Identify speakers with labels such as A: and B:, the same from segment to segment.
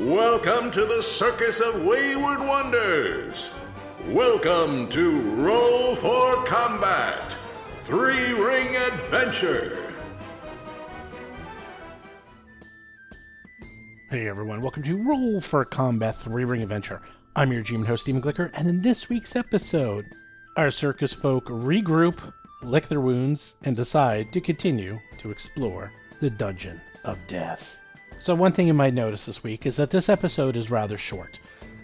A: Welcome to the Circus of Wayward Wonders. Welcome to Roll for Combat Three Ring Adventure.
B: Hey everyone, welcome to Roll for Combat 3 Ring Adventure. I'm your GM and host, Stephen Glicker, and in this week's episode, our circus folk regroup, lick their wounds, and decide to continue to explore the Dungeon of Death. So, one thing you might notice this week is that this episode is rather short,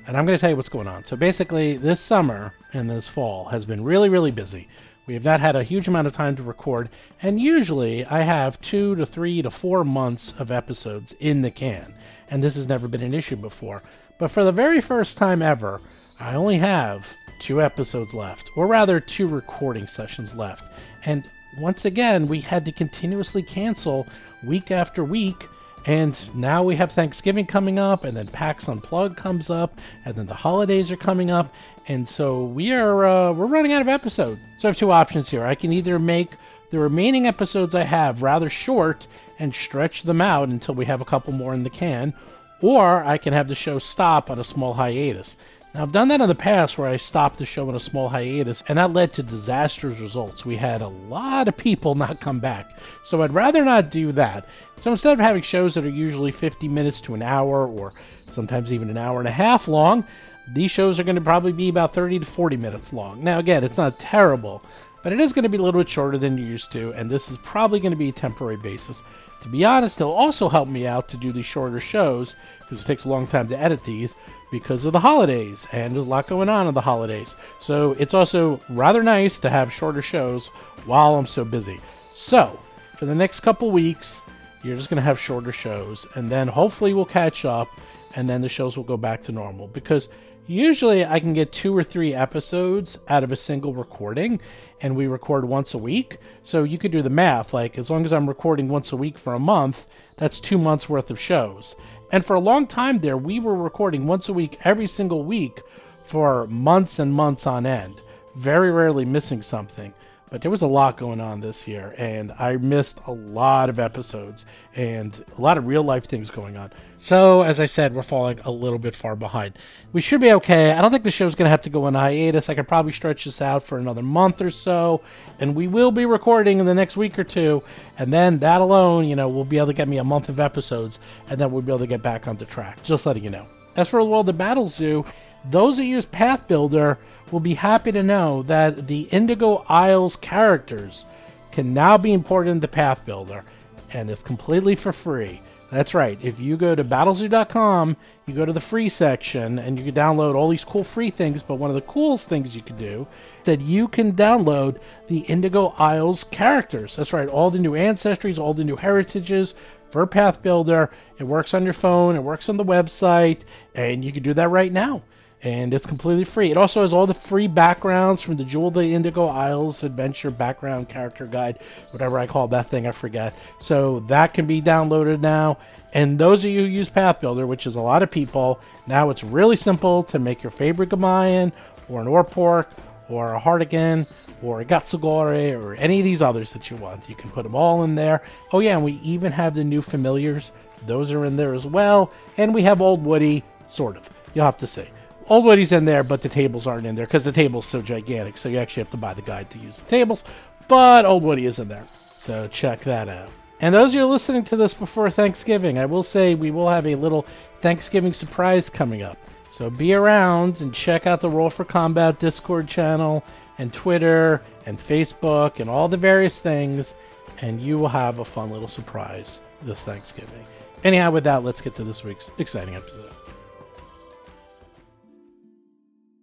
B: and I'm going to tell you what's going on. So, basically, this summer and this fall has been really, really busy. We have not had a huge amount of time to record, and usually I have two to three to four months of episodes in the can, and this has never been an issue before. But for the very first time ever, I only have two episodes left, or rather, two recording sessions left. And once again, we had to continuously cancel week after week and now we have Thanksgiving coming up, and then PAX Unplugged comes up, and then the holidays are coming up, and so we are uh, we're running out of episodes. So I have two options here. I can either make the remaining episodes I have rather short and stretch them out until we have a couple more in the can, or I can have the show stop on a small hiatus. Now, I've done that in the past where I stopped the show on a small hiatus, and that led to disastrous results. We had a lot of people not come back. So I'd rather not do that. So instead of having shows that are usually 50 minutes to an hour or sometimes even an hour and a half long, these shows are going to probably be about 30 to 40 minutes long. Now, again, it's not terrible, but it is going to be a little bit shorter than you're used to, and this is probably going to be a temporary basis. To be honest, they'll also help me out to do these shorter shows because it takes a long time to edit these because of the holidays, and there's a lot going on in the holidays. So it's also rather nice to have shorter shows while I'm so busy. So, for the next couple weeks, you're just going to have shorter shows, and then hopefully we'll catch up, and then the shows will go back to normal because usually I can get two or three episodes out of a single recording, and we record once a week. So you could do the math. Like, as long as I'm recording once a week for a month, that's two months worth of shows. And for a long time there, we were recording once a week every single week for months and months on end, very rarely missing something. But there was a lot going on this year, and I missed a lot of episodes and a lot of real life things going on. So, as I said, we're falling a little bit far behind. We should be okay. I don't think the show's going to have to go on hiatus. I could probably stretch this out for another month or so, and we will be recording in the next week or two. And then that alone, you know, will be able to get me a month of episodes, and then we'll be able to get back onto track. Just letting you know. As for World of Battle Zoo, those that use Path Builder will be happy to know that the Indigo Isles characters can now be imported into Path Builder, and it's completely for free. That's right. If you go to battlezoo.com, you go to the free section, and you can download all these cool free things. But one of the coolest things you can do is that you can download the Indigo Isles characters. That's right. All the new ancestries, all the new heritages, for Path Builder. It works on your phone, it works on the website, and you can do that right now. And it's completely free. It also has all the free backgrounds from the Jewel of the Indigo Isles Adventure Background Character Guide, whatever I call that thing, I forget. So that can be downloaded now. And those of you who use Path Builder, which is a lot of people, now it's really simple to make your favorite Gamayan or an Orpork or a Hardigan or a Gatsugore or any of these others that you want. You can put them all in there. Oh, yeah, and we even have the new familiars. Those are in there as well. And we have Old Woody, sort of. You'll have to see. Old Woody's in there, but the tables aren't in there because the table's so gigantic. So you actually have to buy the guide to use the tables. But Old Woody is in there. So check that out. And those of you listening to this before Thanksgiving, I will say we will have a little Thanksgiving surprise coming up. So be around and check out the Roll for Combat Discord channel and Twitter and Facebook and all the various things, and you will have a fun little surprise this Thanksgiving. Anyhow, with that, let's get to this week's exciting episode.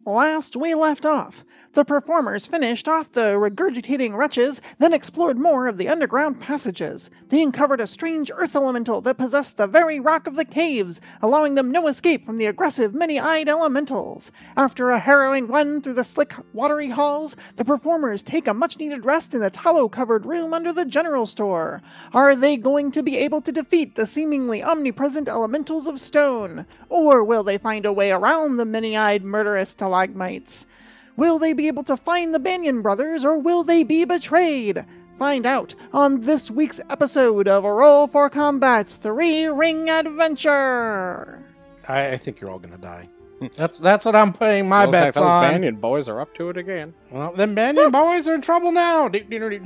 C: Last we left off, the performers finished off the regurgitating wretches, then explored more of the underground passages. They uncovered a strange earth elemental that possessed the very rock of the caves, allowing them no escape from the aggressive many eyed elementals. After a harrowing run through the slick, watery halls, the performers take a much needed rest in the tallow covered room under the general store. Are they going to be able to defeat the seemingly omnipresent elementals of stone? Or will they find a way around the many eyed murderous stalagmites? Will they be able to find the Banyan brothers or will they be betrayed? Find out on this week's episode of Roll for Combat's Three Ring Adventure!
B: I, I think you're all gonna die. That's that's what I'm putting my
D: Looks like
B: bets
D: those
B: on.
D: Banyan boys are up to it again.
B: Well, then Banyan boys are in trouble now.
E: They become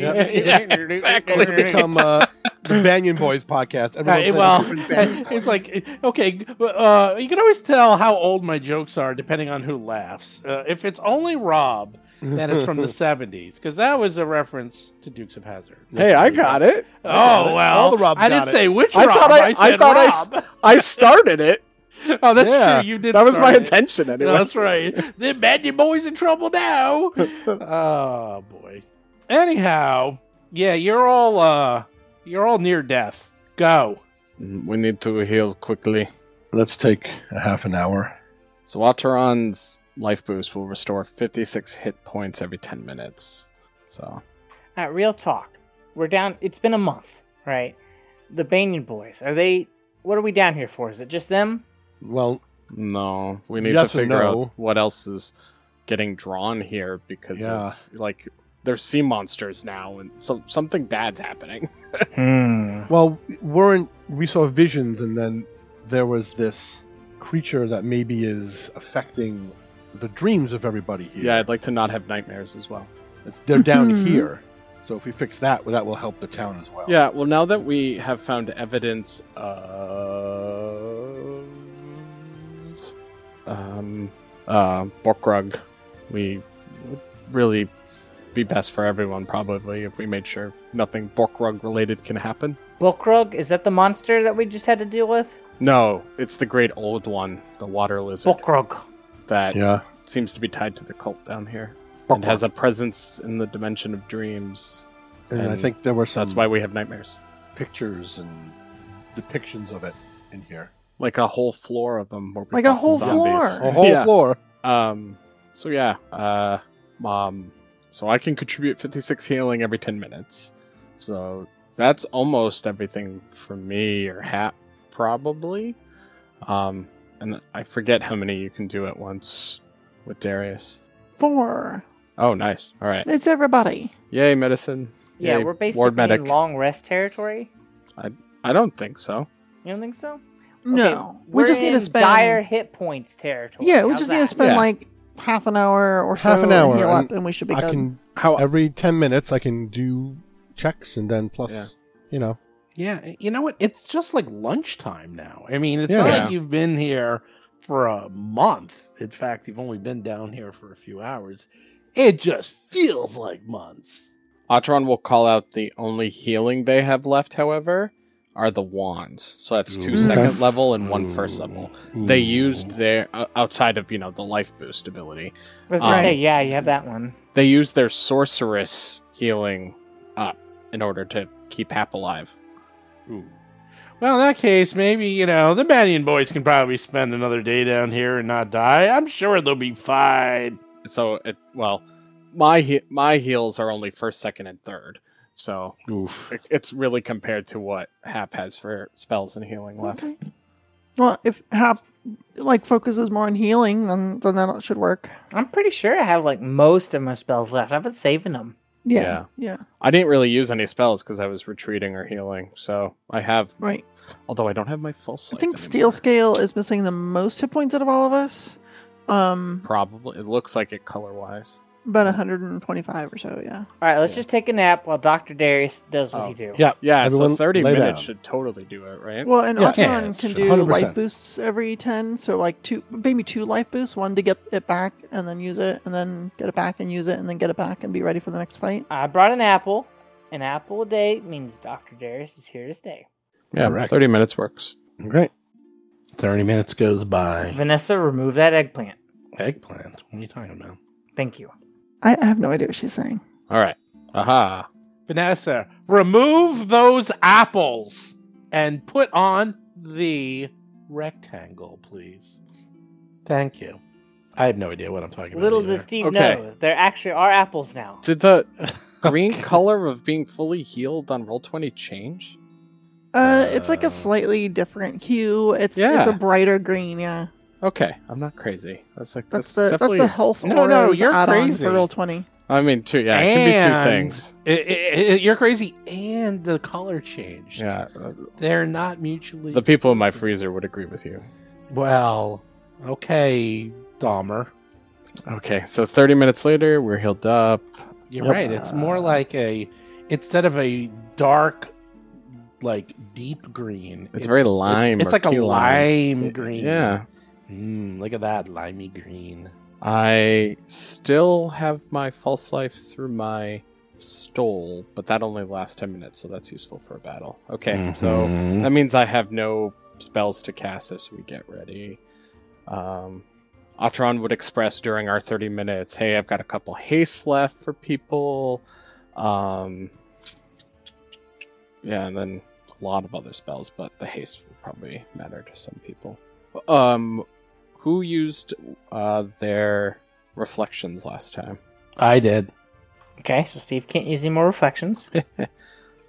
E: uh, the Banyan Boys podcast.
B: Uh,
E: Everyone
B: well,
E: says different Banyan
B: it's like okay. Uh, you can always tell how old my jokes are depending on who laughs. Uh, if it's only Rob, then it's from the '70s because that was a reference to Dukes of Hazard.
D: Hey, I got it.
B: Oh well,
E: All the Robs
B: I
E: got
B: didn't
E: it.
B: say which
D: I
B: Rob.
D: thought I- I
B: said
D: thought I s-
B: Rob.
D: I started it.
B: oh, that's
E: Yeah.
B: true. You did.
D: That was my
B: start it.
D: intention anyway.
B: No, that's right. the Banyan boys in trouble now. oh boy. Anyhow, yeah, you're all uh, you're all near death. Go.
D: Mm, We need to heal quickly.
E: Let's take a half an hour.
D: So Wateron's life boost will restore 56 hit points every 10 minutes. So
F: All right, real talk. We're down. It's been a month, right? The Banyan boys. Are they? What are we down here for? Is it just them?
E: Well,
D: no, we need
E: Yes
D: to
E: or
D: figure
E: no?
D: out what else is getting drawn here because
E: Yeah.
D: of, like they're sea monsters now and so, something bad's happening.
F: Hmm.
E: well, weren't we saw visions, and then there was this creature that maybe is affecting the dreams of everybody here.
D: Yeah, I'd like to not have nightmares as well.
E: they're down here. So if we fix that, well, that will help the town as well.
D: Yeah, well now that we have found evidence of um uh Borkrug, we would really be best for everyone probably if we made sure nothing Borkrug related can happen.
F: Bulkrug. Is that the monster that we just had to deal with?
D: No, it's the great old one, the water lizard
F: Bulkrug.
D: that
E: Yeah.
D: seems to be tied to the cult down here. And has a presence in the dimension of dreams.
E: And, I
D: And
E: think there were some
C: Hmm.
D: That's why we have nightmares.
E: pictures and depictions of it in here.
D: Like a whole floor of them. where we
C: Like a
D: fought the
C: whole
D: zombies.
C: floor.
E: A whole
D: Yeah.
E: floor.
D: Um. So yeah. Uh. Um. So I can contribute 56 healing every 10 minutes. So that's almost everything for me or hat probably. Um. And I forget how many you can do at once with Darius.
C: Four.
D: Oh, nice. All right.
C: It's everybody.
D: Yay, medicine.
F: Yeah,
D: Yay,
F: we're
D: ward
F: basically
D: medic.
F: in long rest territory.
D: I don't think so.
F: You don't think so?
C: No,
F: Okay,
C: we
F: we're
C: just need
F: in
C: to spend.
F: dire hit points territory.
C: yeah, we
F: How's
C: just need to
F: that?
C: spend
D: Yeah.
C: like half an hour or so.
E: Half an
C: and
E: hour,
C: heal up,
E: and
C: and we should be
E: I
C: good.
E: can
D: How?
E: every 10 minutes I can do checks and then plus,
D: Yeah.
E: you know.
B: Yeah, eh, you know what? It's just like lunchtime now. I mean, it's
E: Yeah.
B: not
D: Yeah.
B: like you've been here for a month. In fact, you've only been down here for a few hours. It just feels like months.
D: Atron will call out the only healing they have left. However, are the wands. So that's two
B: Ooh.
D: second level and one first level. they used their o- outside of you know the life boost ability
F: I was gonna
D: Um,
F: say, yeah, you have that one.
D: they used their sorceress healing up in order to keep hap alive
B: Well, in that case, maybe, you know, the Banyan boys can probably spend another day down here and not die. I'm sure they'll be fine.
D: so it well my he- my heals are only first second and third so
B: Oof.
D: it- it's really compared to what hap has for spells and healing left
C: Okay. Well, if Hap like focuses more on healing, then then that should work.
F: I'm pretty sure I have like most of my spells left. I've been saving them.
C: Yeah. Yeah.
D: i didn't really use any spells because i was retreating or healing so i have
C: Right.
D: although i don't have my full
C: I
D: slate
C: think Steel
D: anymore.
C: Scale is missing the most hit points out of all of us. Um,
D: probably it looks like it color wise
C: about 125 or so. Yeah.
F: All right, let's
D: Yeah.
F: just take a nap while Doctor Darius does what
D: Oh.
F: he do.
E: Yeah.
D: yeah so
E: Everyone
D: 30
E: lay
D: minutes
E: down.
D: should totally do it right
C: Well, and
E: Yeah.
C: Atron
B: Yeah, that's
C: can
B: true.
C: do
E: 100%.
C: life boosts every 10, so like two, maybe two life boosts, one to get it back and then use it, and then get it back and use it, and then get it back and be ready for the next fight.
F: I brought an apple. An apple a day means Dr. Darius is here to stay.
D: Yeah,
E: Correct.
D: 30 minutes works.
E: Great.
B: 30 minutes goes by.
F: Vanessa, remove that eggplant.
B: Eggplant? What are you talking about?
F: Thank you.
C: I, I have no idea what she's saying.
D: All right. Aha.
B: Vanessa, remove those apples and put on the rectangle, please. Thank you. I have no idea what I'm talking
F: Little
B: about. either.
F: does Steve
D: Okay.
F: know, there actually are apples now.
D: Did the green
B: Okay.
D: color of being fully healed on roll 20 change?
C: Uh, it's like
B: Uh,
C: a slightly different hue. It's it's
D: Yeah.
C: a brighter green. Yeah,
D: Okay, I'm not crazy. That's like
C: that's
D: that's,
C: the that's
D: definitely.
C: the health
B: No, no,
C: auras
B: you're
C: add-on
B: crazy.
C: for roll 20.
D: I mean, two. Yeah, it can be two
B: And-
D: things.
B: I- I- I- you're crazy, and the color changed.
D: Yeah, uh,
B: They're not mutually.
D: the people in my
B: exclusive.
D: freezer would agree with you.
B: Well, okay, Dahmer.
D: Okay, so 30 minutes later, we're healed up.
B: You're
D: Yep.
B: right. It's more like a instead of a dark, like deep green.
D: It's very lime
B: It's,
D: or
B: it's like a
D: key lime.
B: lime, green.
D: Yeah.
B: Mm, look at that limey green.
D: I still have my false life through my stole, but that only lasts 10 minutes, so that's useful for a battle. Okay, so
B: Mhm.
D: that means I have no spells to cast as we get ready. Um, Atron would express during our 30 minutes hey, I've got a couple haste left for people. Um, yeah, and then a lot of other spells, but the haste would probably matter to some people. Um, who used uh, their reflections last time?
B: I did.
F: Okay, so Steve can't use any more reflections.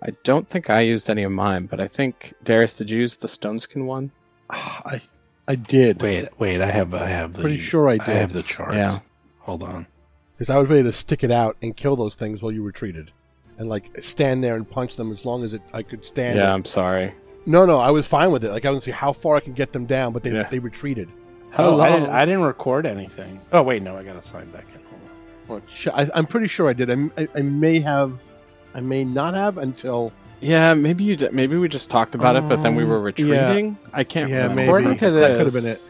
D: I don't think I used any of mine, but I think Darius, did you use the Stoneskin one?
E: I I did.
B: Wait, wait. I have. I have. The,
E: Pretty sure I
B: I have
E: did.
B: the chart.
D: Yeah.
B: Hold on.
E: Because I was ready to stick it out and kill those things while you retreated, and like stand there and punch them as long as it I could stand.
D: yeah,
E: It.
D: I'm sorry.
E: No, no, I was fine with it. Like I was see how far I can get them down, but they
D: Yeah.
E: they retreated.
B: Oh,
D: Hello.
B: I, didn't, I didn't record anything. Oh wait, no. I got to sign back in. Hold on.
E: Well, sh- I, I'm pretty sure I did. I, I, I may have, I may not have until
D: Yeah, maybe you. Did, maybe we just talked about it, but then we were retreating. I can't.
E: Yeah,
D: remember.
E: maybe.
B: According to this,
E: That could've been it.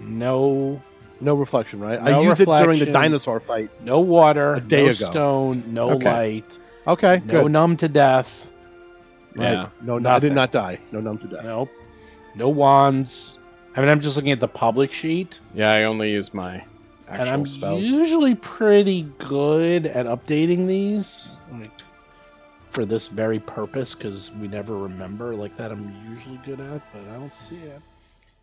B: No,
E: no reflection. Right?
B: No
E: I used it during the
B: reflection.
E: dinosaur fight.
B: no water,
E: A day
B: no
E: ago.
B: stone, no
E: Okay.
B: light,
E: Okay,
B: no
E: good.
B: numb to death.
E: Right.
D: Yeah.
E: No, no, I
B: Nothing.
E: did not die. No, numb to death.
B: Nope. No wands. I mean, I'm just looking at the public sheet,
D: Yeah, I only use my
B: and
D: actual
B: I'm
D: spells.
B: usually pretty good at updating these, like for this very purpose, because we never remember like that. I'm usually good at, but I don't see it.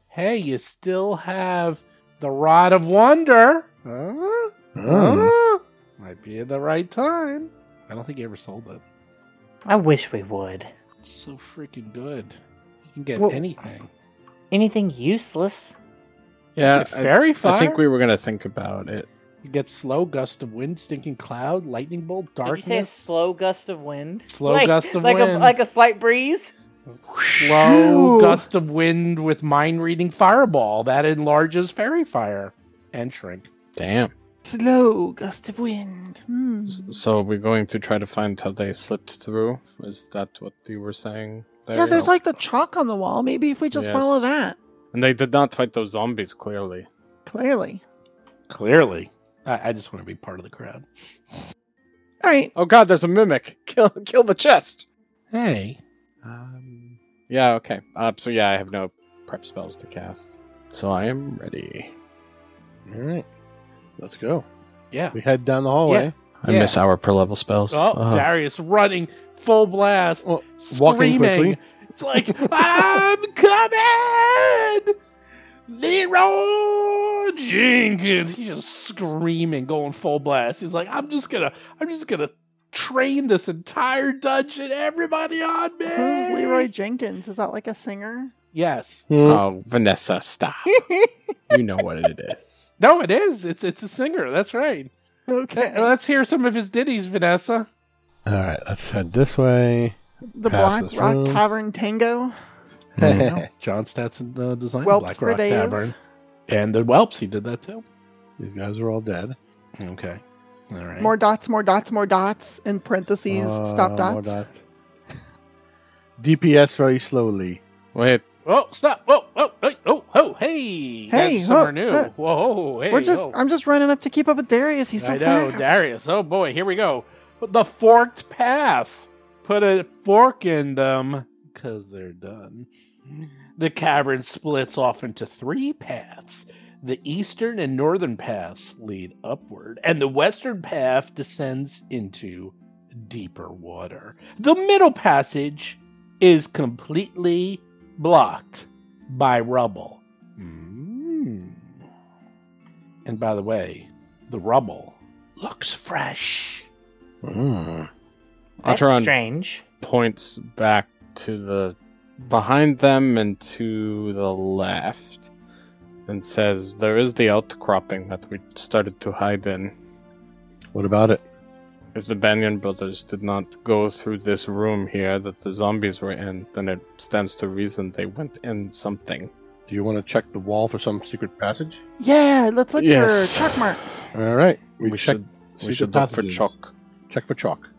B: Hey, you still have the rod of wonder. Huh?
D: Hmm.
B: Huh? Might be at the right time. I don't think he ever sold it.
F: I wish we would.
B: It's so freaking good. You can get
F: Well-
B: anything.
F: Anything useless?
D: Yeah,
B: Get
D: I,
B: fairy fire.
D: I think we were gonna think about it.
B: You get slow gust of wind, stinking cloud, lightning bolt, darkness.
F: Did you say a slow gust of wind?
B: Slow
F: like,
B: gust of
F: like
B: wind.
F: A, like a slight breeze?
B: slow
C: Phew.
B: gust of wind with mind reading fireball that enlarges fairy fire and shrink.
D: Damn.
C: Slow gust of wind. Hmm.
D: S- So we're going to try to find how they slipped through. Is that what you were saying?
C: Yeah, there's
D: Darius?
C: like the chalk on the wall. Maybe if we just
D: Yes.
C: follow that.
D: And they did not fight those zombies. Clearly.
C: Clearly.
B: Clearly. I, I just want to be part of the crowd.
C: All right.
D: Oh God, there's a mimic. Kill, kill the chest.
B: Hey.
D: Um, yeah. Okay. Uh, so yeah, I have no prep spells to cast. So I am ready.
E: All right, let's go.
B: Yeah.
E: We head down the hallway.
D: I
B: Yeah.
D: miss our per level spells.
B: Oh,
D: Uh,
B: Darius running full blast,
E: Well, walking
B: screaming.
E: quickly.
B: It's like I'm coming, Leroy Jenkins. He's just screaming, going full blast. He's like, I'm just gonna, I'm just gonna train this entire dungeon, everybody on me.
C: Who's Leroy Jenkins? Is that like a singer?
B: Yes.
C: Mm.
D: Oh, Vanessa, stop. you know what it is.
B: No, it is. It's it's a singer. That's right. Let-
C: okay.
B: Let's hear some of his ditties, Vanessa.
E: All right, let's head this way.
C: The
E: Pass
C: Black
E: this
C: Rock
E: room.
C: Tavern Tango. Mm.
B: John Stetson uh, designed
C: Whelps
B: Black
C: for
B: Rock
C: days.
B: Tavern, and the Whelps. He did that too.
E: These guys are all dead.
B: Okay. All right.
C: More dots, more dots, more dots. In parentheses,
E: Uh,
C: stop
E: more
C: dots.
E: DPS very slowly.
D: Wait,
B: Oh, stop! Whoa, whoa, hey, oh, oh, hey!
C: Hey,
B: That's
C: whoa,
B: somewhere new.
C: uh,
B: whoa, hey!
C: We're just.
B: whoa.
C: I'm just running up to keep up with Darius. He's so
B: I know,
C: fast.
B: Darius. Oh boy, here we go. The forked path. Put a fork in them, cause they're done. The cavern splits off into three paths. The eastern and northern paths lead upward, and the western path descends into deeper water. The middle passage is completely blocked by rubble. Mm. And by the way, the rubble looks fresh.
E: Mm-hmm.
F: That's
D: Atron
F: strange.
D: points back to the behind them and to the left, and says, "There is the outcropping that we started to hide in.
E: What about it?
D: If the Banyan brothers did not go through this room here that the zombies were in, then it stands to reason they went in something."
E: Do Do you want to check the wall for some secret passage?
C: Yeah, let's look
D: Yes.
C: for chalk marks.
E: All right. We,
D: We
E: check
D: should- We
E: secret
D: should look for
E: passages.
D: Chuck.
E: Check for chalk.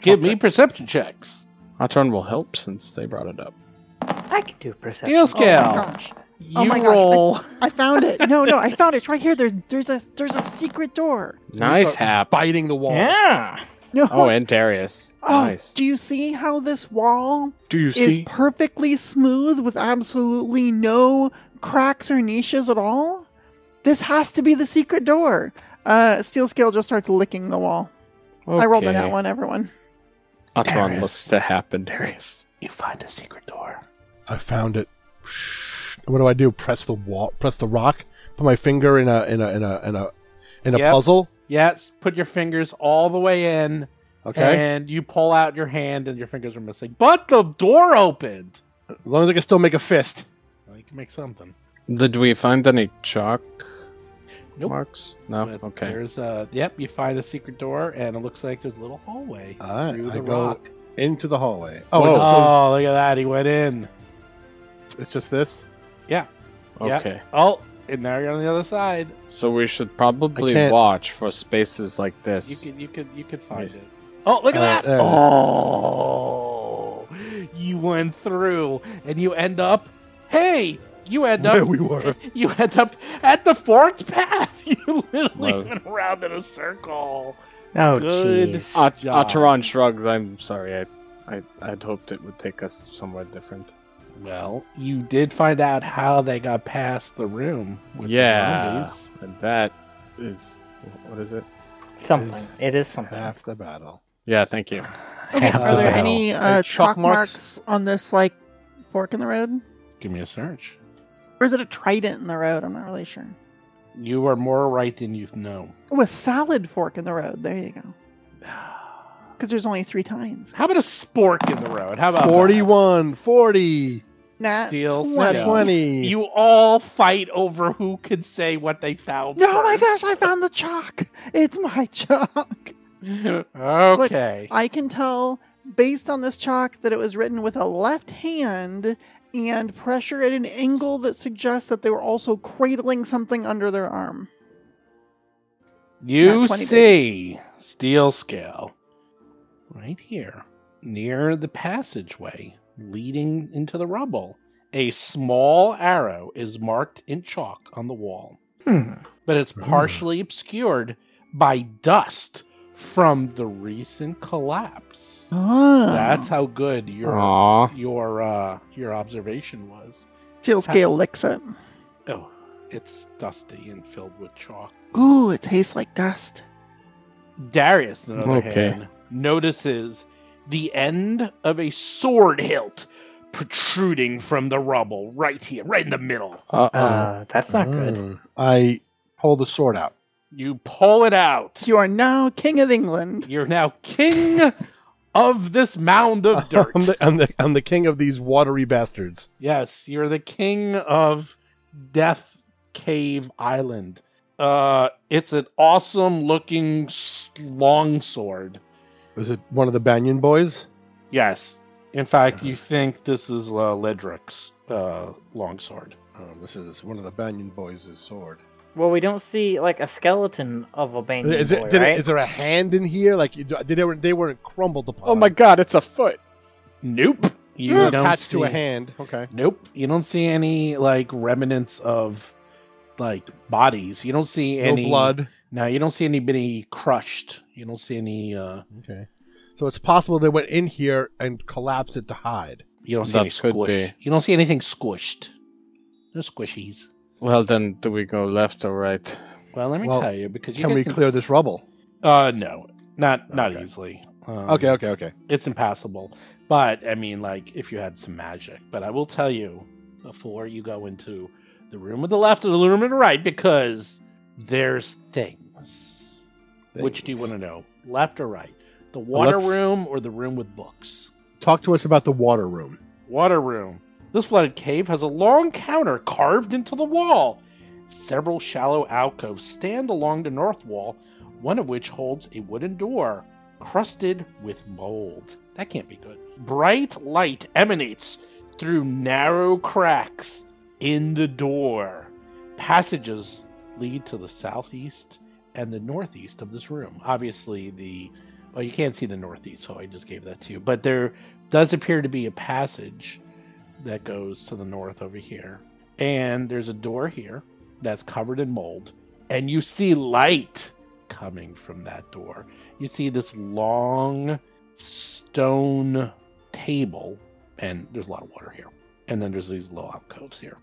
B: Give me
D: Okay.
B: perception checks.
D: Our turn will help since they brought it up.
F: I can do perception.
B: Steel
C: Oh my
B: scale.
C: gosh.
B: You
C: Oh my gosh, I-
B: roll.
C: I found it. No, no, I found it. It's right here. There's there's a there's a secret door.
D: Nice hap.
E: Biting the wall.
F: Yeah.
C: No.
D: Oh, and Darius.
C: Oh,
D: nice.
C: do you see how this wall
D: Do you
C: is
D: see?
C: perfectly smooth with absolutely no cracks or niches at all? This has to be the secret door. Uh, Steel Scale just starts licking the wall. I rolled an
D: Okay.
C: out one, everyone.
D: Atron
B: Darius.
D: looks to happen, Darius.
B: You find a secret door.
E: I found it. Shh. What do I do? Press the wall. Press the rock. Put my finger in a in a in a in a in a
B: Yep.
E: puzzle.
B: Yes, put your fingers all the way in,
E: Okay.
B: and you pull out your hand, and your fingers are missing. But the door opened.
E: as long as I can still make a fist.
B: Well, you can make something.
D: Did we find any chalk
B: Nope.
D: marks?
E: Oh,
D: No.
B: But
D: okay.
B: There's a yep. You find a secret door, and it looks like there's a little hallway
E: All right,
B: through
E: Uh, I
B: the
E: go-
B: rock.
E: Into the hallway. Oh,
D: Whoa.
E: it
B: Oh,
E: just goes-
B: look at that! He went in. Uh,
E: it's just this.
B: yeah.
D: Okay.
B: Oh, and now you're on the other side.
D: So we should probably
E: can't-
D: watch for spaces like this.
B: You could, you could, you could find it. Oh, look at
E: Uh,
B: that!
E: there.
B: oh, you went through, and you end up. Hey, you end up.
E: we were.
B: You end up at the forked path. You literally
D: Wow.
B: went around in a circle.
F: Oh,
B: Good.
F: jeez.
D: At-
B: job.
D: Ataran Ah, shrugs. I'm sorry. I, I, I'd hoped it would take us somewhere different.
B: Well, you did find out how they got past the room. With the
D: Yeah.
B: zombies.
D: And that is what is it?
F: something. It is something.
E: Half the battle.
D: Yeah. Thank you.
C: Okay,
B: Half
C: are
B: the
C: there
B: battle.
C: any uh,
E: And
C: chalk
E: chalk
C: marks
E: marks?
C: on this like fork in the road,
B: Give me a search.
C: or is it a trident in the road? I'm not really sure.
B: You are more right than you know.
C: Oh, a solid fork in the road. There you go. Because there's only three tines.
B: How about a spork in the road? How about that?
E: 41, 40,
C: Nat
B: Steel
E: nat
B: Yeah.
C: 20.
E: 20.
B: You all fight over who can say what they found.
C: No, oh my
B: first.
C: gosh, I found the chalk. It's my chalk.
B: okay.
C: I can tell based on this chalk that it was written with a left hand and pressure at an angle that suggests that they were also cradling something under their arm.
B: You
C: Not 20,
B: see steel scale right here near the passageway leading into the rubble. A small arrow is marked in chalk on the wall,
F: Hmm.
B: but it's
E: Ooh.
B: partially obscured by dust from the recent collapse.
C: Oh.
B: That's how good your
D: Aw.
B: your uh, your observation was.
C: Steel scale licks it.
B: Oh, it's dusty and filled with chalk.
C: Ooh, it tastes like dust.
B: Darius, on the other
D: Okay.
B: hand, notices the end of a sword hilt protruding from the rubble right here, right in the middle.
D: Uh oh.
F: Uh, that's not good.
E: Mm. I pull the sword out.
B: You pull it out.
C: You are now King of England.
B: You're now king of this mound of dirt.
E: I'm, the, I'm, the, I'm the king of these watery bastards.
B: Yes, you're the king of Death Cave Island. Uh, it's an awesome looking long sword.
E: Is it one of the Banyan boys?
B: Yes. In fact,
E: Uh-huh.
B: you think this is uh, Ledric's uh, longsword.
E: Um, this is one of the Banyan boys' sword.
F: Well, we don't see like a skeleton of a Banyan
E: Is,
F: boy,
E: it, did
F: right?
E: it, is there a hand in here? Like, you- did they, were, they weren't crumbled upon.
D: Oh my God! It's a foot.
B: Nope. You
E: It's
B: don't
E: attached
B: see,
E: to a hand. Okay.
B: Nope. You don't see any like remnants of like bodies. You don't see any
E: no blood.
B: No, you don't see anybody crushed. You don't see any. uh
E: Okay. So it's possible they went in here and collapsed it to hide.
B: You don't see
D: That
B: any
D: could
B: squished.
D: be.
B: You don't see anything squished. No squishies.
D: Well, then, do we go left or right?
B: Well, let me
E: Well,
B: tell you because you
E: Can
B: guys
E: we clear
B: s-
E: this rubble?
B: Uh, no, not not
E: Okay.
B: easily. Um,
E: Okay, okay, okay.
B: it's impassable. But I mean, like if you had some magic. But I will tell you before you go into the room of the left or the room of the right because there's things. Which do you want to know, left or right? The water
E: let's-
B: room or the room with books?
E: Talk to us about the water room.
B: Water room. This flooded cave has a long counter carved into the wall. Several shallow alcoves stand along the north wall, one of which holds a wooden door crusted with mold. That can't be good. Bright light emanates through narrow cracks in the door. Passages lead to the southeast and the northeast of this room. Obviously, the well, you can't see the northeast, so I just gave that to you. But there does appear to be a passage that goes to the north over here, and there's a door here that's covered in mold, and you see light coming from that door. You see this long stone table, and there's a lot of water here. And then there's these little alcoves here.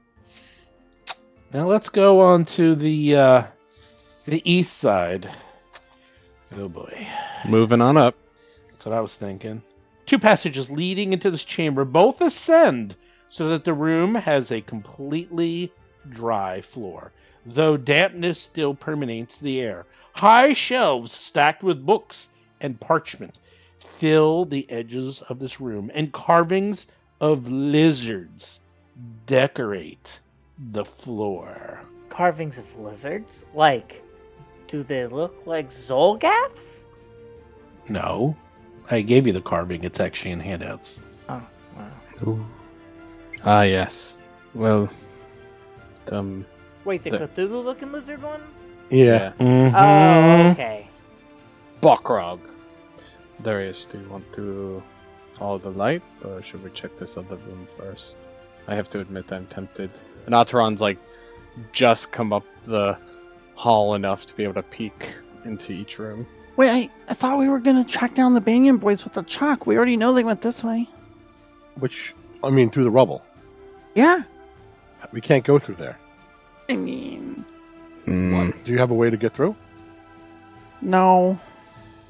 B: Now let's go on to the uh, the east side. Oh boy,
D: Moving on up.
B: that's what I was thinking. Two passages leading into this chamber both ascend so that the room has a completely dry floor, though dampness still permeates the air. High shelves stacked with books and parchment fill the edges of this room, and carvings of lizards decorate the floor.
F: Carvings of lizards? Like, do they look like Zolgaths?
B: No, I gave you the carving, it's actually in handouts.
F: Oh, wow.
D: Ah, yes. Well, um,
F: Wait, the
D: The-
F: Cthulhu looking lizard one?
E: Yeah.
B: Mm-hmm.
F: Oh, okay.
D: Bokrog. Darius, do you want to follow the light, or should we check this other room first? I have to admit, I'm tempted. And Ataran's like just come up the hall enough to be able to peek into each room.
C: Wait, I, I thought we were gonna track down the Banyan boys with the chalk. We already know they went this way.
E: Which, I mean, through the rubble.
C: Yeah.
E: We can't go through there.
C: I mean,
E: Do you have a way to get through?
C: no.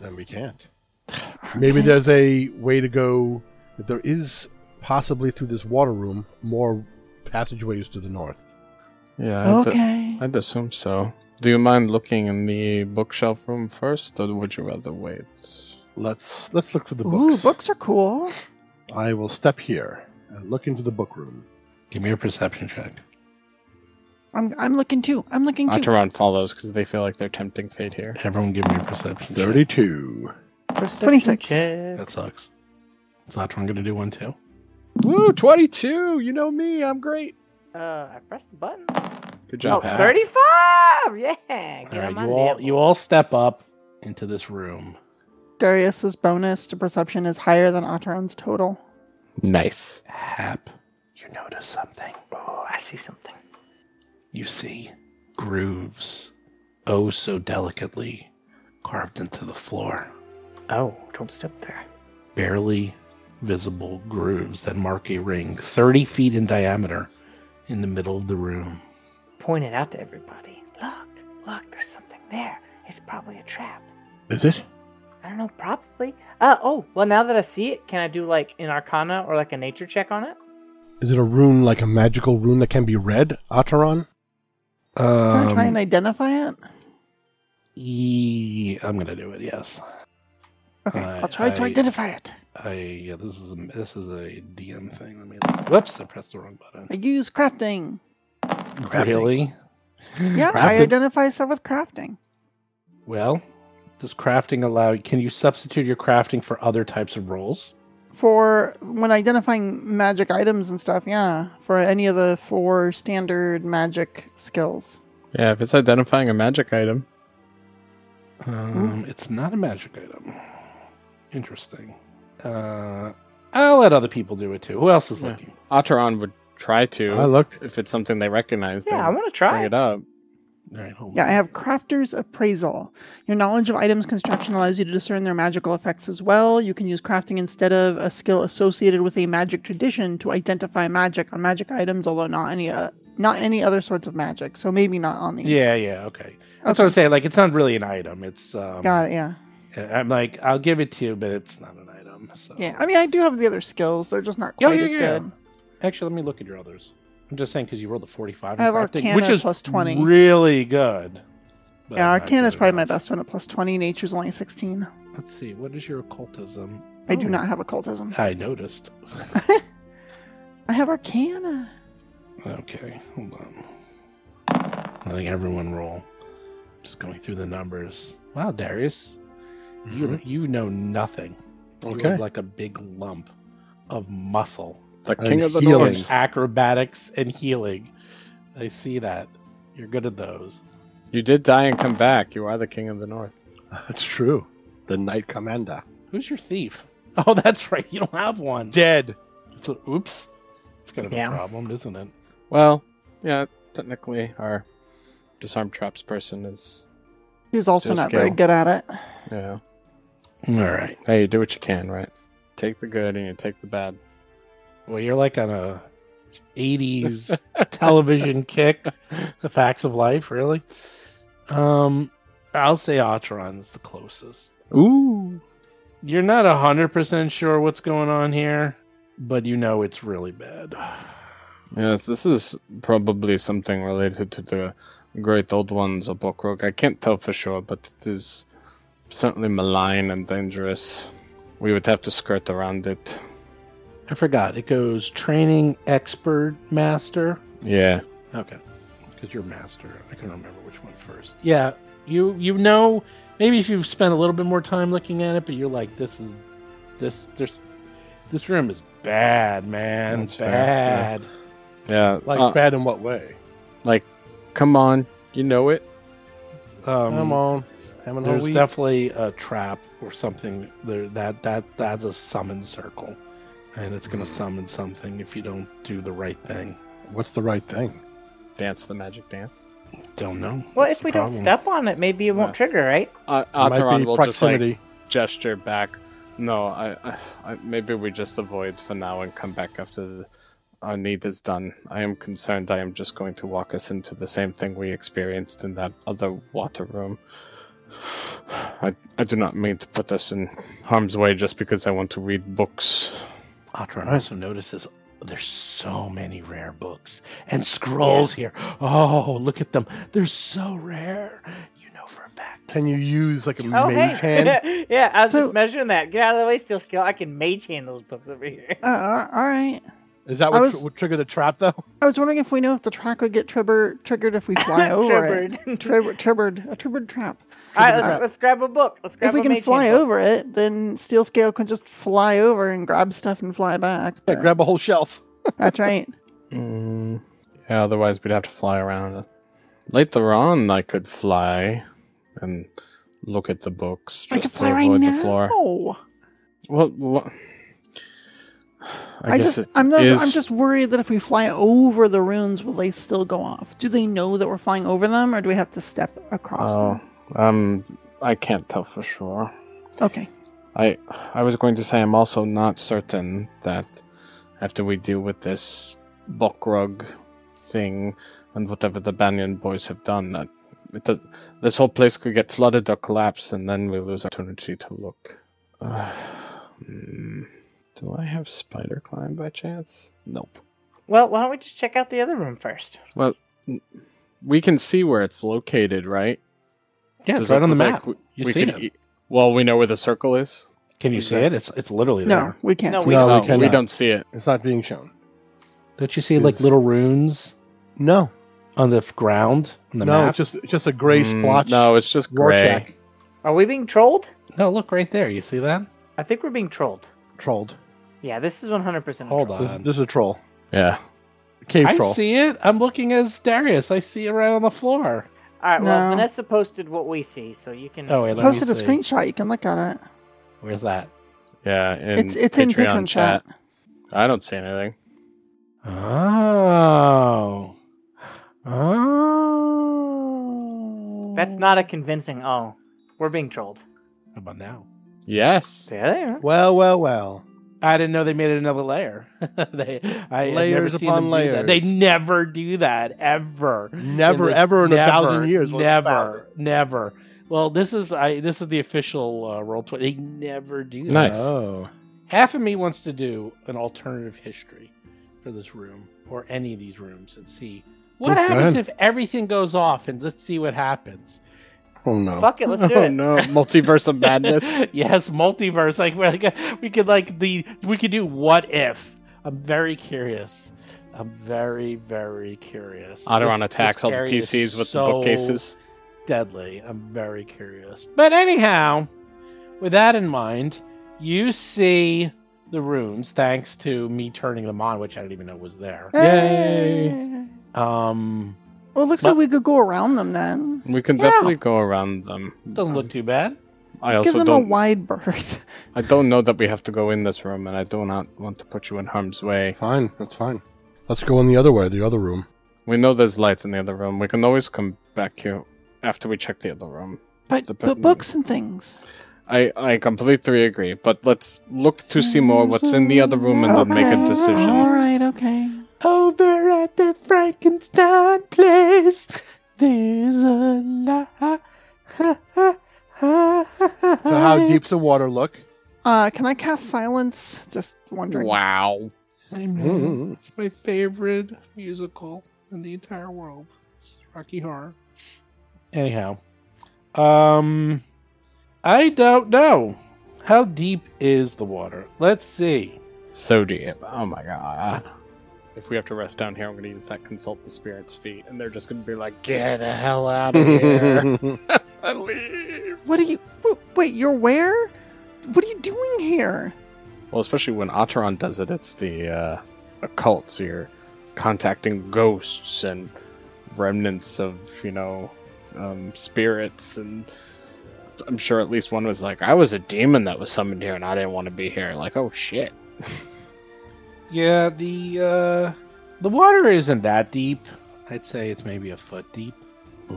E: Then we can't.
C: Okay.
E: Maybe there's a way to go. If there is possibly through this water room, more passageways to the north.
D: Yeah. I'd,
C: Okay.
D: I'd assume so. Do you mind looking in the bookshelf room first, or would you rather wait?
E: Let's let's look for the
C: Ooh,
E: books.
C: books are cool.
E: I will step here and look into the book room.
B: Give me a perception check.
C: I'm, I'm looking too. I'm looking too.
D: Ataran follows because they feel like they're tempting fate here.
B: Everyone give me a perception check.
E: Thirty-two.
F: Perception
C: 26.
F: check.
B: That sucks. Is that one going to do one too?
D: Woo, 22! You know me, I'm great.
F: Uh, I pressed the button.
D: Good job,
F: Oh,
D: Pat.
F: 35! Yeah! Get
B: All right,
F: him
B: you
F: out of
B: all
F: there,
B: you
F: boy.
B: all step up into this room.
C: Darius's bonus to perception is higher than Ataran's total.
D: Nice.
B: Hap, you notice something.
F: Oh, I see something.
B: You see grooves, oh so delicately carved into the floor.
F: Oh, don't step there.
B: Barely visible grooves that mark a ring 30 feet in diameter in the middle of the room.
F: Point it out to everybody. Look, look, there's something there. It's probably a trap.
E: Is it?
F: I don't know, probably. Uh, oh, well, now that I see it, can I do like an arcana or like a nature check on it?
E: Is it a rune like a magical rune that can be read, Ataran?
C: Can I try
B: Um,
C: and identify it?
B: e- I'm going to do it, yes.
C: Okay,
B: I-
C: I'll try to
B: I-
C: identify it.
B: I yeah, this is a, this is a DM thing. Let me. Whoops, I pressed the wrong button.
C: I use crafting.
B: Really? Hmm,
C: Yeah, I
D: Crafting?
C: identify stuff with crafting.
B: Well, does crafting allow? Can you substitute your crafting for other types of rolls?
C: For when identifying magic items and stuff, yeah. For any of the four standard magic skills.
D: Yeah, if it's identifying a magic item.
C: Hmm.
B: Um, it's not a magic item. Interesting. Uh, I'll let other people do it too. Who else is
D: Yeah.
B: looking?
D: Ataran would try to.
E: I looked.
D: if it's something they recognize,
F: Yeah, I
D: they
F: want to
D: bring
F: try.
D: it up.
B: All right, hold
C: Yeah, I
B: on.
C: have Crafter's Appraisal. Your knowledge of items construction allows you to discern their magical effects as well. You can use crafting instead of a skill associated with a magic tradition to identify magic on magic items, although not any uh, not any other sorts of magic. So maybe not on these.
B: Yeah, yeah, okay. That's what I'm saying. Like, it's not really an item. It's um,
C: Got it. Yeah.
B: I'm like, I'll give it to you, but it's not an item. So
C: Yeah. I mean, I do have the other skills. They're just not
B: Yeah,
C: quite
B: yeah,
C: as
B: yeah.
C: good.
B: Actually, let me look at your others. I'm just saying because you rolled a 45.
C: I have
B: in crafting,
C: Arcana
B: which is
C: plus 20.
B: Really good. but
C: Yeah,
B: not
C: Arcana's
B: good
C: probably my
B: enough.
C: best one at plus 20. Nature's only 16.
B: Let's see. What is your occultism?
C: I do
B: Oh,
C: not have occultism.
B: I noticed.
C: I have Arcana.
B: okay, hold on. I think everyone roll. Just going through the numbers. Wow, Darius,
E: Hmm.
B: you you know nothing. You
E: Mm-hmm. Okay.
B: have like a big lump of muscle.
D: The
E: And
D: king of the
E: healing.
D: north.
B: in acrobatics and healing. I see that. You're good at those.
D: You did die and come back. You are the king of the north.
E: That's true. The Knight Commander.
B: Who's your thief? Oh, that's right. You don't have one.
E: Dead.
B: It's a- oops. It's kind of
F: Yeah.
B: a problem, isn't it?
D: Well, yeah, technically our disarm traps person is.
C: He's also
D: Just
C: not very
D: go.
C: good at it.
D: Yeah.
B: All right.
D: Hey, you do what you can, right? Take the good and you take the bad.
B: Well, you're like on a 80s television kick. The facts of life, really. Um, I'll say Atron's the closest.
D: Ooh.
B: You're not 100% sure what's going on here, but you know it's really bad.
D: Yes, this is probably something related to the great old ones of Bokrog. I can't tell for sure, but it is certainly malign and dangerous. We would have to skirt around it.
B: I forgot. It goes training, expert, master.
D: Yeah.
B: Okay. Because you're master. I can remember which one first. Yeah. You you know maybe if you've spent a little bit more time looking at it, but you're like, this is this there's this room is bad, man.
D: That's fair, yeah.
B: bad.
D: Yeah.
E: Like
D: uh,
E: bad in what way?
D: come on. You know it.
B: Um,
E: Come on. Hammond
B: There's
E: Holy.
B: definitely a trap or something there that that that's a summon circle. And it's gonna summon something if you don't do the right thing.
E: What's the right thing?
D: Dance the magic dance.
B: Don't know.
F: Well,
B: That's
F: if
B: the
F: we
B: problem.
F: don't step on it, maybe it won't
D: Yeah.
F: trigger, right?
D: Uh,
E: It might be
D: Ataran will just like
E: proximity.
D: gesture back. No, I, I, I maybe we just avoid for now and come back after the, our need is done. I am concerned. I am just going to walk us into the same thing we experienced in that other water room. I, I do not mean to put us in harm's way just because I want to read books.
B: Atron also notices there's so many rare books and scrolls here. Oh, look at them. They're so rare. You know for a fact.
E: Can you use like a
F: Oh,
E: mage
F: hey.
E: hand?
F: yeah, I was
C: So-
F: just measuring that. Get out of the way, Steel Scale. I can mage hand those books over here.
C: Uh, all right.
E: Is that
C: I
E: what
C: was-
E: tr- would trigger the trap though?
C: I was wondering if we know if the track would get tribber, triggered if we fly over it.
F: Triggered.
C: Tribber, tribbered, a tribbered trap.
F: All right, let's,
C: Triggered.
F: let's grab a book. Let's grab
C: if we
F: a
C: can
F: mage
C: fly
F: hand book.
C: over it, then Steel Scale can just fly over and grab stuff and fly back.
E: Yeah,
C: but-
E: grab a whole shelf.
C: That's right.
D: Mm, yeah, otherwise we'd have to fly around. Later on, I could fly and look at the books.
C: I
D: just
C: can
D: to
C: fly right
D: avoid
C: now.
D: the floor. Well, wha-
C: I,
D: I, guess
C: just,
D: it
C: I'm not,
D: is-
C: I'm just worried that if we fly over the runes, will they still go off? Do they know that we're flying over them, or do we have to step across
D: Oh,
C: them?
D: um, I can't tell for sure.
C: Okay.
D: I I was going to say I'm also not certain that after we deal with this Bokrug thing and whatever the Banyan boys have done, that it does, this whole place could get flooded or collapse, and then we lose opportunity to look. Uh, hmm. do I have spider climb by chance? Nope.
F: Well, why don't we just check out the other room first?
D: We can see where it's located, right?
B: Yeah, it's
D: Does
B: right
D: it
B: on the
D: look
B: map.
D: like we-
B: you
D: we
B: see
D: could
B: it.
D: e- well, we know where the circle is.
B: Can you
D: is
B: see it?
D: that-
B: It's it's literally
C: No,
B: there.
C: we can't.
F: No,
C: see
F: we
E: No,
C: it.
E: Oh, we
D: No,
E: cannot.
D: we don't see it.
E: It's not being shown.
B: Don't you see like
E: Is-
B: little runes
E: No,
B: on the f- ground on the
E: no,
B: map?
E: just just a gray
D: Mm,
E: splotch.
D: No, it's just
E: Rorschach
D: gray.
F: Are we being trolled?
B: No, look right there. You see that?
F: I think we're being trolled.
E: trolled.
F: Yeah, this is 100% a
B: Hold
F: troll.
B: on.
D: Um,
E: This, this is a troll.
D: Yeah.
E: Cave
B: I
E: troll.
B: see it. I'm looking as Darius. I see it right on the floor.
F: All right, well,
C: No.
F: Vanessa posted what we see, so you can.
B: Oh, wait, let me
C: Posted a
B: see.
C: screenshot. You can look at it.
B: Where's that?
D: Yeah. In
C: It's it's in Patreon chat.
D: I don't see anything.
B: Oh. Oh.
F: That's not a convincing. Oh, we're being trolled.
B: How about now?
D: Yes.
F: Yeah, they are.
E: Well, well, well.
B: I didn't know they made it another layer. they I had never
E: Layers
B: seen
E: upon
B: them do that. They
E: layers.
B: never do that ever.
E: Never,
B: this-
E: ever in
B: never,
E: a thousand years. was it found.
B: Never, never. Well, this is I. This is the official uh, roll twenty. They never do that.
D: Nice.
E: Oh,
B: Half of me wants to do an alternative history for this room or any of these rooms and see what
E: Okay.
B: happens if everything goes off and let's see what happens.
E: oh no.
F: Fuck it, let's do
D: oh
F: it.
D: no! Multiverse of madness.
B: yes, multiverse. Like we're like- we could like the we could do what if. I'm very curious. I'm very very curious.
D: Otteron
B: This-
D: attacks
B: this
D: all the
B: area is
D: PCs with
B: so
D: the bookcases.
B: Deadly. I'm very curious. But anyhow, with that in mind, you see the runes thanks to me turning them on, which I didn't even know was there.
E: Yay.
C: Eh.
B: Um,
C: Well, it looks
B: But-
C: like we could go around them then.
D: We can
C: Yeah.
D: definitely go around them.
B: doesn't look too bad.
D: I
C: Give
D: also
C: them a
D: don't.
C: wide berth.
D: I don't know that we have to go in this room, and I do not want to put you in harm's way.
E: Fine, that's fine. Let's go in the other way, the other room.
D: We know there's lights in the other room. We can always come back here after we check the other room.
C: But,
D: The
C: but
D: button.
C: books and things.
D: I, I completely agree, but let's look to see more what's in the other room and then make a
C: All
D: decision.
C: right, okay.
B: Over at the Frankenstein place, there's a lot.
E: So, how deep's the water look?
C: Uh, can I cast silence? Just wondering.
D: Wow.
E: Mm.
B: It's my favorite musical in the entire world. It's Rocky Horror. Anyhow, um, I don't know. How deep is the water? Let's see.
D: So deep. Oh my god. If we have to rest down here, I'm going to use that consult the spirit's feet, and they're just going to be like, get the hell out of here. I leave.
C: What are you? wh- Wait, you're where? What are you doing here?
D: Well, especially when Ataran does it, it's the uh, occult, so you're contacting ghosts and remnants of, you know, um, spirits. And I'm sure at least one was like, I was a demon that was summoned here and I didn't want to be here. Like, oh shit.
B: Yeah, the uh, the water isn't that deep. I'd say it's maybe a foot deep.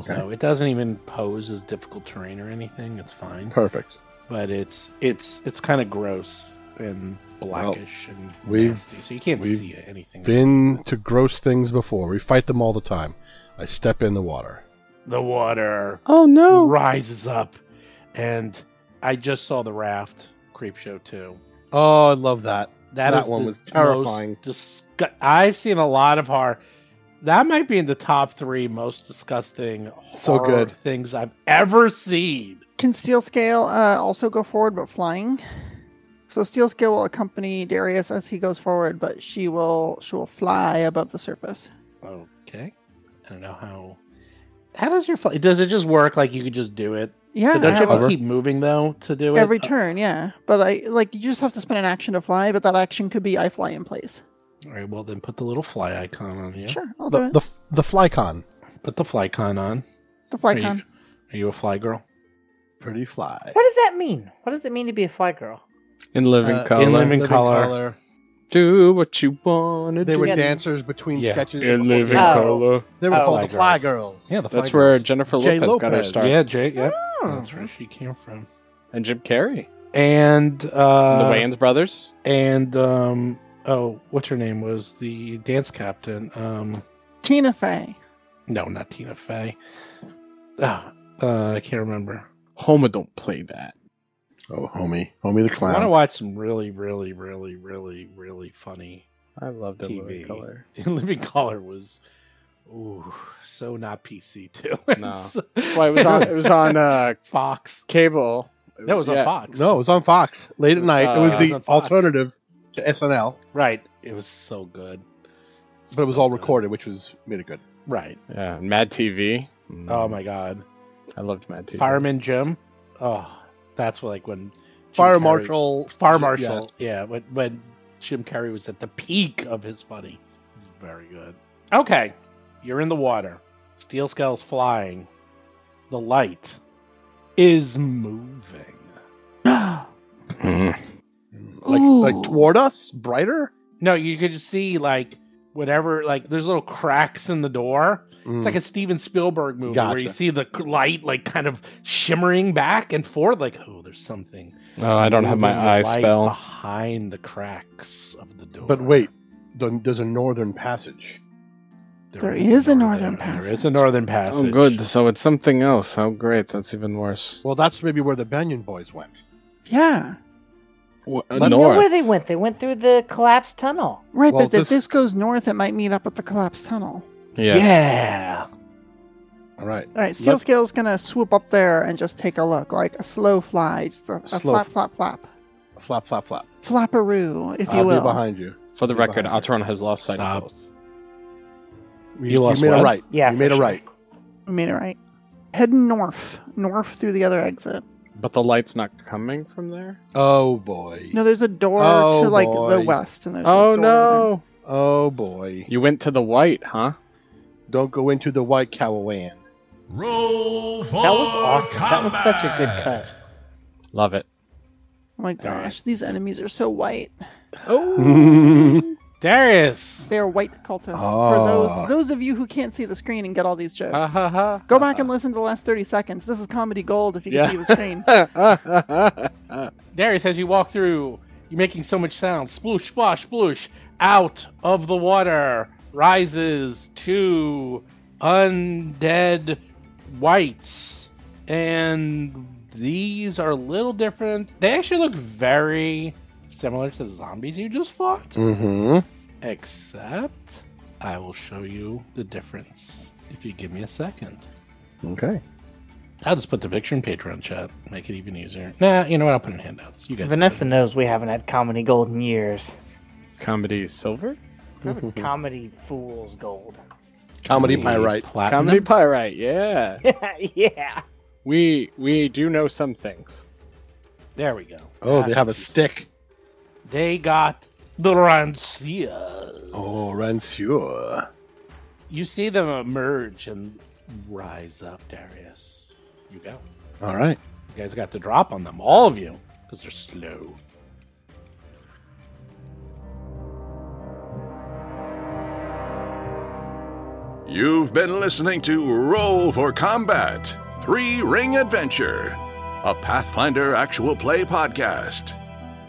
B: So it doesn't even pose as difficult terrain or anything. It's fine,
E: Perfect.
B: but it's it's it's kind of gross and blackish and
E: we've-
B: nasty. So you can't
E: we've
B: see anything.
E: Been to gross things before. We fight them all the time. I step in the water.
B: the water
D: Oh no.
B: rises up, and I just saw the raft creep show too.
E: Oh, I love that. That
B: is
E: one
B: the
E: was terrifying.
B: Most disgu- I've seen a lot of horror. That might be in the top three most disgusting
E: So
B: horror
E: good.
B: things I've ever seen.
C: Can Steel Scale uh, also go forward but flying? So Steel Scale will accompany Darius as he goes forward, but she will she will fly above the surface.
B: Okay, I don't know how. How does your fly? Does it just work like you could just do it?
C: Yeah,
B: don't you have
C: I
B: to
E: Hover.
B: keep moving though to do it?
C: every
B: Uh,
C: turn, yeah. But I like you just have to spend an action to fly, but that action could be I fly in place.
B: All right, well then put the little fly icon on here.
C: Sure, I'll do
E: The,
C: it.
E: the, f- the flycon.
B: Put the fly con on.
C: The
B: Are
C: fly
B: you-
C: con.
B: Are you a fly girl?
E: Pretty fly.
F: What does that mean? What does it mean to be a fly girl?
D: In living
E: Uh,
D: color.
B: in living- color.
D: Do what you want to
E: They
D: do.
E: were
F: Yeah.
E: dancers between
B: Yeah.
E: sketches.
D: in
E: before-
D: living
F: Oh.
D: color.
E: They were
F: Oh.
E: called the
B: Fly
E: Fly Girls.
B: Yeah, the fly
D: That's where
B: girls.
D: Jennifer
E: Jay
D: Lopez, got her
E: Lopez.
D: start.
B: Yeah, Jake. Yep,
C: Oh.
B: that's where she came from.
D: And Jim Carrey.
B: And
D: And
B: uh,
D: the Wayans brothers.
B: and um oh what's her name was the dance captain um
C: Tina Fey.
B: no not tina fey ah, uh i can't remember
D: Homer don't play that.
E: Oh, homie. Homie the
B: i want to
E: clown.
B: watch some really really really really really funny
D: I love the living
B: TV.
D: color.
B: in living color was ooh so not pc too
D: No.
B: So-
D: That's why it was on. It was on uh,
B: fox
D: cable.
B: that was
D: Yeah.
B: on fox
E: No, it was on Fox late
D: It
E: at
D: was,
E: night. it
D: uh,
E: was
B: it was
E: the
B: on Fox.
E: alternative to SNL,
B: right it was so good
E: but it was
B: So
E: all
B: good.
E: recorded, which was made it good.
B: right
D: Yeah, Mad TV.
B: oh my god
D: I loved Mad TV.
B: fireman jim oh that's like when Jim
E: Fire
B: Carrey-
E: Marshal.
B: Fire
E: yeah.
B: Marshal. Yeah, when, when Jim Carrey was at the peak of his funny. Very good. Okay, you're in the water. Steel scales flying. The light is moving.
D: Mm-hmm.
E: Like,
C: Ooh.
E: like toward us, brighter.
B: No, you could just see like whatever, like there's little cracks in the door. It's like a Steven Spielberg movie where you
E: Hmm. Gotcha.
B: see the c- light like kind of shimmering back and forth, like oh, there's something.
D: Oh, I don't have my
B: moving with
D: eye
B: light Oh,
D: spell.
B: behind the cracks of the door.
E: But wait, the, there's a northern passage.
C: There is a northern
B: There is a
C: passage.
B: northern passage.
D: Oh, good. So it's something else. Oh, great. That's even worse.
E: Well, that's maybe where the Banyan Boys went.
C: Yeah.
D: What,
E: Let's-
F: You know
D: Uh, north.
F: where they went? They went through the collapsed tunnel.
C: Right,
E: Well,
C: but if
E: this-
C: this goes north, it might meet up with the collapsed tunnel.
D: Yeah.
B: Yeah.
E: All right.
C: All right, Steel
E: Let-
C: Scale's gonna swoop up there and just take a look, like a slow fly, just a, a
E: Slow
C: flap,
E: f-
C: flap, flap,
E: Flap, flap, flap.
C: flapperoo, if you
E: I'll
C: will.
E: be behind you.
D: For the
E: You're
D: record,
E: behind.
D: Atron has lost sight
B: Stop.
D: of both.
E: We,
B: You
E: we
B: lost
E: made
B: one?
E: a right.
F: Yeah,
E: we
F: for
E: made a
F: sure.
E: right.
C: I mean, all right. Head north, north through the other exit.
D: But the light's not coming from there?
E: Oh boy.
C: No, there's a door
E: Oh,
C: to like the
E: boy.
C: west, and there's
D: oh
C: a door there.
D: no!
E: Oh boy.
D: You went to the white, huh?
E: Don't go into the White Cowan.
A: Roll for
F: That was awesome. That was
A: combat.
F: such a good cut.
D: Love it.
C: Oh my gosh, these enemies are so white.
B: Darius!
C: They are white cultists. For
E: Ah. Uh-huh.
C: those those of you who can't see the screen and get all these jokes,
D: Ha ha ha.
C: go back and listen to the last thirty seconds. This is comedy gold if you can
D: Yeah.
C: see the screen.
E: Mm-hmm.
B: Darius, as you walk through, you're making so much sound. Sploosh, splash, sploosh. Out of the water rises two undead whites. And these are a little different. They actually look very similar to the zombies you just fought.
E: Mm-hmm.
B: Except, I will show you the difference if you give me a second.
E: Okay.
B: I'll just put the picture in Patreon chat, make it even easier. Nah, you know what? I'll put it in handouts. You guys.
F: Vanessa knows we haven't had comedy gold in years.
D: Comedy silver?
F: We haven't comedy fools gold.
E: Comedy pyrite.
B: Platinum.
D: Comedy pyrite, yeah.
F: yeah.
D: We we do know some things.
B: There we go.
E: Oh, they have a stick.
B: They got the Rancia.
E: Oh, Ransure.
B: You see them emerge and rise up, Darius. You go.
E: All right.
B: You guys got the drop on them, all of you, because they're slow.
A: You've been listening to Roll for Combat Three Ring Adventure, a Pathfinder actual play podcast.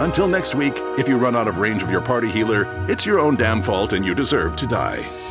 A: Until next week, if you run out of range of your party healer, it's your own damn fault and you deserve to die.